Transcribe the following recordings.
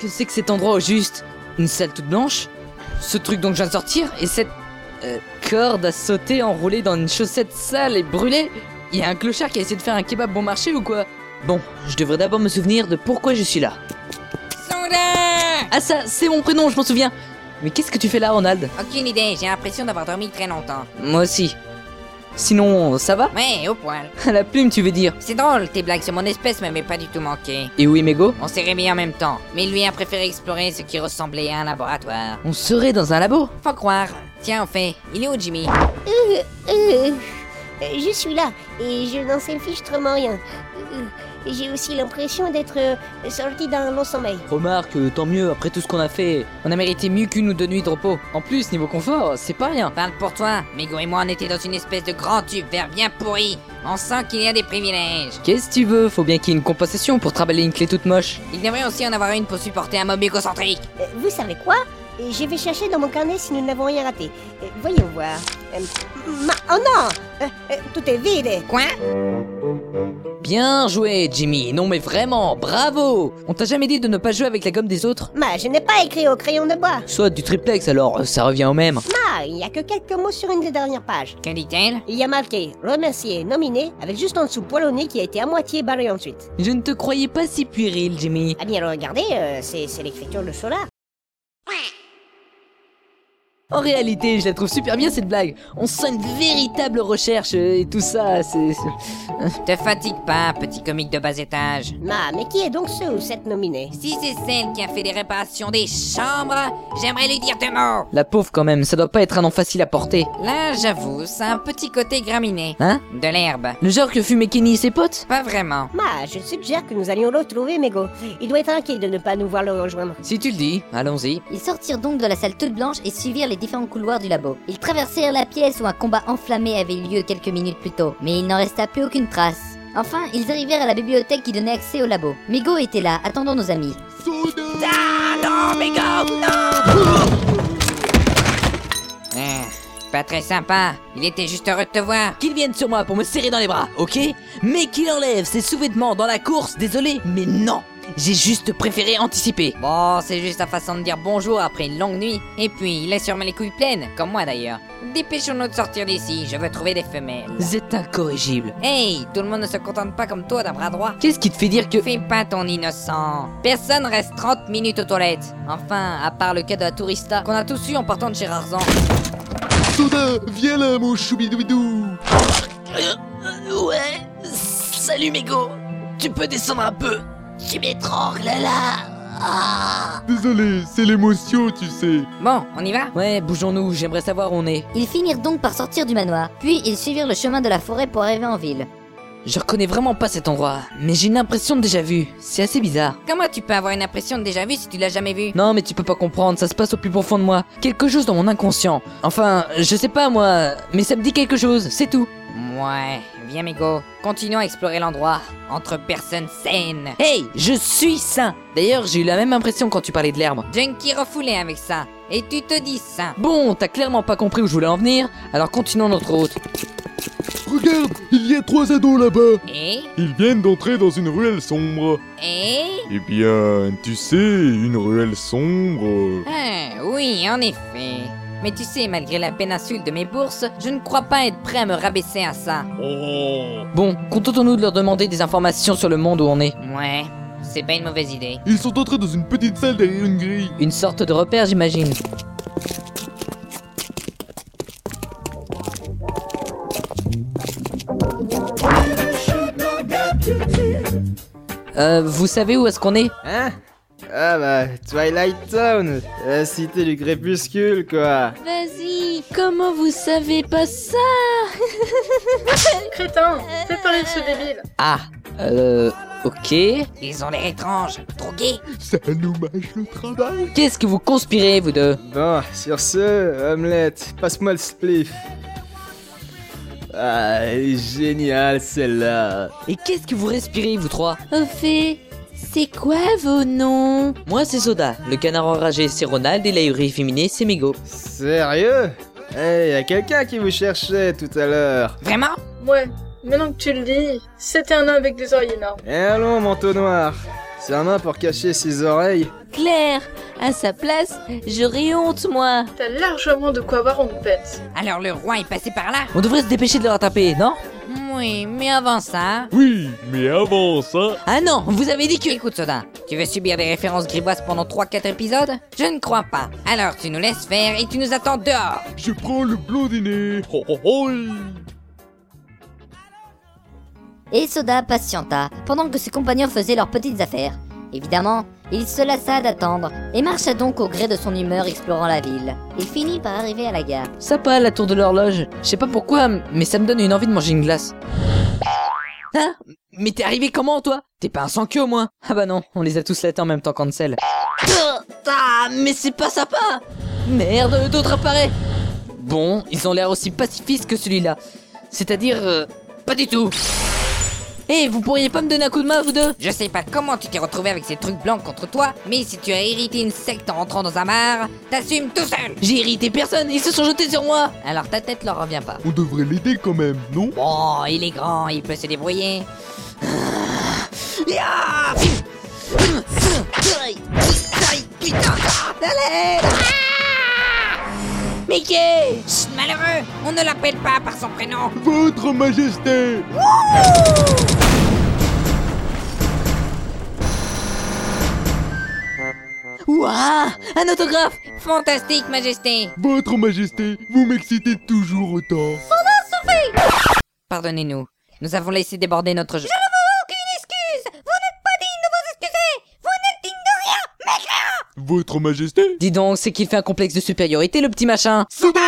Que c'est que cet endroit au juste Une salle toute blanche Ce truc dont je viens de sortir et cette euh, corde à sauter enroulée dans une chaussette sale et brûlée Il y a un clochard qui a essayé de faire un kebab bon marché ou quoi Bon, je devrais d'abord me souvenir de pourquoi je suis là. Soudain Ah ça, c'est mon prénom, je m'en souviens Mais qu'est-ce que tu fais là, Ronald Aucune idée, j'ai l'impression d'avoir dormi très longtemps. Moi aussi. Sinon, ça va Ouais, au poil. À la plume, tu veux dire C'est drôle, tes blagues sur mon espèce m'avaient pas du tout manqué. Et oui, Mego On s'est réveillés en même temps, mais lui a préféré explorer ce qui ressemblait à un laboratoire. On serait dans un labo Faut croire. Tiens, en fait, il est où Jimmy Euh, euh, euh, je suis là et je n'en sais fichtrement rien. Euh, J'ai aussi l'impression d'être euh, sorti d'un long sommeil. Remarque, euh, tant mieux, après tout ce qu'on a fait. On a mérité mieux qu'une ou deux nuits de repos. En plus, niveau confort, c'est pas rien. Parle pour toi, Mego et moi on était dans une espèce de grand tube vert bien pourri. On sent qu'il y a des privilèges. Qu'est-ce que tu veux Faut bien qu'il y ait une compensation pour travailler une clé toute moche. Il devrait aussi en avoir une pour supporter un mob égocentrique. Euh, Vous savez quoi Euh, Je vais chercher dans mon carnet si nous n'avons rien raté. Euh, Voyons voir. Euh, ma- Oh non Euh, euh, Tout est vide Quoi Bien joué, Jimmy. Non mais vraiment, bravo On t'a jamais dit de ne pas jouer avec la gomme des autres Ma, je n'ai pas écrit au crayon de bois. Soit du triplex alors, euh, ça revient au même. Ma, il n'y a que quelques mots sur une des dernières pages. Que dit-elle Il y a marqué remercier, nominé, avec juste en dessous poilonné qui a été à moitié barré ensuite. Je ne te croyais pas si puéril, Jimmy. Ah bien, regardez, euh, c'est c'est l'écriture de Solar. En réalité, je la trouve super bien cette blague. On sent une véritable recherche euh, et tout ça, c'est... c'est- Te fatigue pas, petit comique de bas étage. Ma, mais qui est donc ce ou cette nominée Si c'est celle qui a fait les réparations des chambres, j'aimerais lui dire deux mots. La pauvre quand même, ça doit pas être un nom facile à porter. Là, j'avoue, c'est un petit côté graminé. Hein De l'herbe. Le genre que fumaient Kenny et ses potes Pas vraiment. Ma, Bah, je suggère que nous allions le retrouver, Mego. Il doit être inquiet de ne pas nous voir le rejoindre. Si tu le dis, allons-y. Ils sortirent donc de la salle toute blanche et suivirent les différents couloirs du labo. Ils traversèrent la pièce où un combat enflammé avait eu lieu quelques minutes plus tôt, mais il n'en resta plus aucune trace. Enfin, ils arrivèrent à la bibliothèque qui donnait accès au labo. Mego était là, attendant nos amis. Hein, pas très sympa. Il était juste heureux de te voir. Qu'il vienne sur moi pour me serrer dans les bras, ok Mais qu'il enlève ses sous-vêtements dans la course, désolé, mais non J'ai juste préféré anticiper. Bon, c'est juste sa façon de dire bonjour après une longue nuit. Et puis, il a sûrement les couilles pleines, comme moi d'ailleurs. Dépêchons-nous de sortir d'ici, je veux trouver des femelles. Vous êtes incorrigible. Hey, tout le monde ne se contente pas comme toi d'un bras droit. Qu'est-ce qui te fait dire que... Fais pas ton innocent. Personne reste 30 minutes aux toilettes. Enfin, à part le cas de la tourista qu'on a tous eu en partant de chez Rarzan. Soudain, viens là, mon choubidoubidou euh, Ouais, salut Mego. Tu peux descendre un peu Tu m'étrangles là Ah. Désolé, c'est l'émotion, tu sais. Bon, on y va Ouais, bougeons-nous, j'aimerais savoir où on est. Ils finirent donc par sortir du manoir, puis ils suivirent le chemin de la forêt pour arriver en ville. Je reconnais vraiment pas cet endroit, mais j'ai une impression de déjà vu. C'est assez bizarre. Comment tu peux avoir une impression de déjà vu si tu l'as jamais vu Non, mais tu peux pas comprendre, ça se passe au plus profond de moi. Quelque chose dans mon inconscient. Enfin, je sais pas moi, mais ça me dit quelque chose, c'est tout. Ouais, viens Mego. Continuons à explorer l'endroit. Entre personnes saines. Hey, je suis sain D'ailleurs, j'ai eu la même impression quand tu parlais de l'herbe. Junkie refoulé avec ça. Et tu te dis ça. Bon, t'as clairement pas compris où je voulais en venir, alors continuons notre route. Regarde, il y a trois ados là-bas. Et Ils viennent d'entrer dans une ruelle sombre. Et Eh bien, tu sais, une ruelle sombre. Ah, oui, en effet. Mais tu sais, malgré la péninsule de mes bourses, je ne crois pas être prêt à me rabaisser à ça. Oh Bon, contentons-nous de leur demander des informations sur le monde où on est. Ouais, c'est pas une mauvaise idée. Ils sont entrés dans une petite salle derrière une grille. Une sorte de repère, j'imagine. Euh, vous savez où est-ce qu'on est Hein Ah bah, Twilight Town La cité du crépuscule, quoi Vas-y, comment vous savez pas ça Crétin, fais parler de ce débile. Ah, euh, ok. Ils ont l'air étranges, trop gays. Ça nous mâche le travail. Qu'est-ce que vous conspirez, vous deux Bon, sur ce, Omelette, passe-moi le spliff. Ah, elle est géniale celle-là Et qu'est-ce que vous respirez, vous trois Au fait, c'est quoi vos noms Moi c'est Soda, le canard enragé c'est Ronald et l'aérie efféminée c'est Mego. Sérieux Eh, y a quelqu'un qui vous cherchait tout à l'heure Vraiment Ouais, maintenant que tu le dis, c'était un homme avec des oreilles énormes. Et allons, Eh, manteau noir Sa main pour cacher ses oreilles. Claire, à sa place, j'aurais honte, moi. T'as largement de quoi avoir honte, Pets. Alors le roi est passé par là On devrait se dépêcher de le rattraper, non Oui, mais avant ça... Oui, mais avant ça... Ah non, vous avez dit que... Écoute Soda, tu veux subir des références grivoises pendant 3-4 épisodes Je ne crois pas. Alors tu nous laisses faire et tu nous attends dehors Je prends le blondinet. Ho, ho, ho. Et Soda patienta pendant que ses compagnons faisaient leurs petites affaires. Évidemment, il se lassa d'attendre et marcha donc au gré de son humeur explorant la ville. Il finit par arriver à la gare. Sympa la tour de l'horloge. Je sais pas pourquoi, mais ça me donne une envie de manger une glace. Hein Mais t'es arrivé comment, toi T'es pas un sans queue au moins Ah bah non, on les a tous latés en même temps qu'Ansel. Ah, mais c'est pas sympa Merde, d'autres apparaît Bon, ils ont l'air aussi pacifistes que celui-là. C'est-à-dire... euh, pas du tout Eh, vous pourriez pas me donner un coup de main, vous deux Je sais pas comment tu t'es retrouvé avec ces trucs blancs contre toi, mais si tu as hérité une secte en rentrant dans un bar, t'assumes tout seul J'ai irrité personne, ils se sont jetés sur moi Alors ta tête leur revient pas. On devrait l'aider quand même, non Bon, il est grand, il peut se débrouiller. Mickey Chut, malheureux On ne l'appelle pas par son prénom Votre Majesté Ouah Un autographe Fantastique, Majesté Votre Majesté, vous m'excitez toujours autant. Pardonnez-nous, nous avons laissé déborder notre jeu. Votre Majesté Dis donc, c'est qu'il fait un complexe de supériorité, le petit machin Soda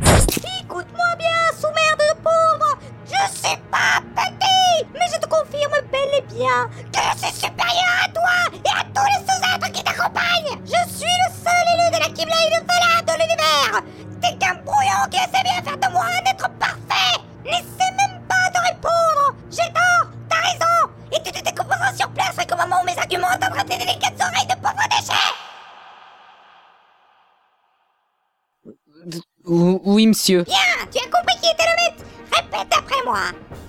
Écoute-moi bien, sous-mère de pauvre Je suis pas petit Mais je te confirme bel et bien que je suis supérieur à toi et à tous les sous-êtres qui t'accompagnent Je suis le seul élu de la Qibla et le Vela de l'univers T'es qu'un brouillon qui essaie bien faire de moi un être parfait N'essaie même pas de répondre J'ai tort, t'as raison Et tu te découvriras sur place avec au moment où mes arguments atteindront tes délicates oreilles de pauvre déchet Ou- Oui, monsieur. Bien, tu as compris qui était le maître Répète après moi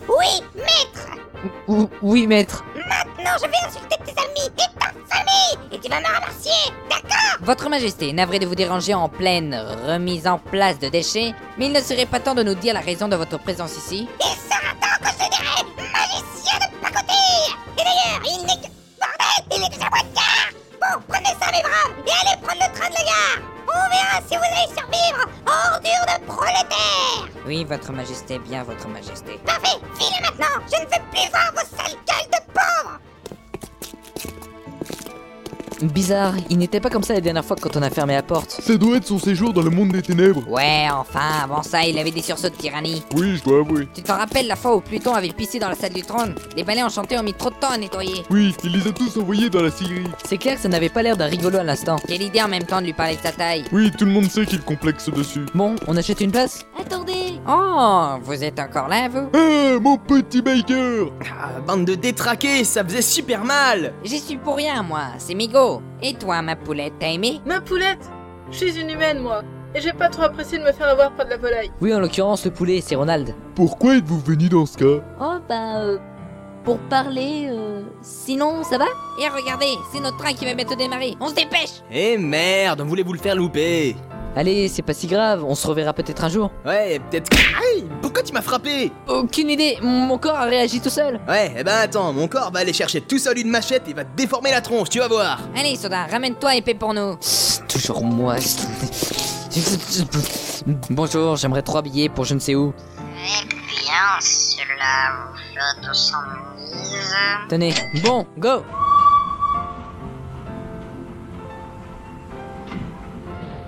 Oui, maître Ou- Oui, maître. Maintenant, je vais insulter tes amis et ta famille Et tu vas me remercier, d'accord Votre Majesté, navré de vous déranger en pleine remise en place de déchets, mais il ne serait pas temps de nous dire la raison de votre présence ici. Il sera temps que je te dirai magicien de pacotille Et d'ailleurs, il n'est que... Bordel, il est déjà mois de gare Bon, prenez ça mes braves et allez prendre le train de la gare On verra si vous allez survivre, ordure de prolétaire Oui, Votre Majesté, bien Votre Majesté. Parfait, filez maintenant Je ne veux plus voir vos sales gueules de pauvres Bizarre, il n'était pas comme ça la dernière fois quand on a fermé la porte. Ça doit être son séjour dans le monde des ténèbres. Ouais, enfin, avant ça, il avait des sursauts de tyrannie. Oui, je dois avouer. Tu t'en rappelles la fois où Pluton avait pissé dans la salle du trône Les balais enchantés ont mis trop de temps à nettoyer. Oui, il les a tous envoyés dans la Syrie. C'est clair que ça n'avait pas l'air d'un rigolo à l'instant. Quelle idée en même temps de lui parler de sa taille. Oui, tout le monde sait qu'il complexe dessus. Bon, on achète une place Attendez Oh, vous êtes encore là, vous Eh, mon petit baker Ah, bande de détraqués, ça faisait super mal J'y suis pour rien, moi, c'est Migo. Et toi, ma poulette, t'as aimé Ma poulette Je suis une humaine, moi. Et j'ai pas trop apprécié de me faire avoir par de la volaille. Oui, en l'occurrence, le poulet, c'est Ronald. Pourquoi êtes-vous venu dans ce cas Oh, ben, bah, euh, pour parler, euh, sinon, ça va Et regardez, c'est notre train qui va bientôt démarrer. On se dépêche Eh merde, on voulait vous le faire louper Allez, c'est pas si grave, on se reverra peut-être un jour. Ouais, peut-être que... Aïe, pourquoi tu m'as frappé Aucune idée, mon mon corps a réagi tout seul. Ouais, eh ben attends, mon corps va aller chercher tout seul une machette et va te déformer la tronche, tu vas voir Allez, Soda, ramène-toi et paie pour nous. Toujours moi. Bonjour, j'aimerais trois billets pour je ne sais où. Bien, cela vous fait 200 000. Tenez, bon, go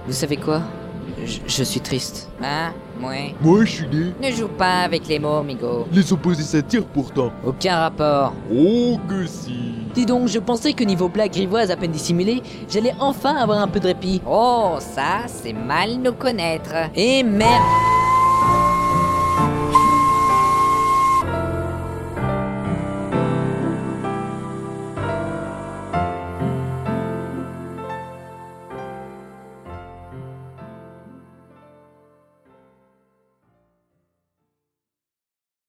Vous savez quoi je, je suis triste. Hein Ouais. Moi, je suis né. Ne joue pas avec les mots, Migo. Les opposés s'attirent pourtant. Aucun rapport. Oh que si Dis donc, je pensais que niveau blague grivoise à peine dissimulée, j'allais enfin avoir un peu de répit. Oh, ça, c'est mal nous connaître. Et Eh merde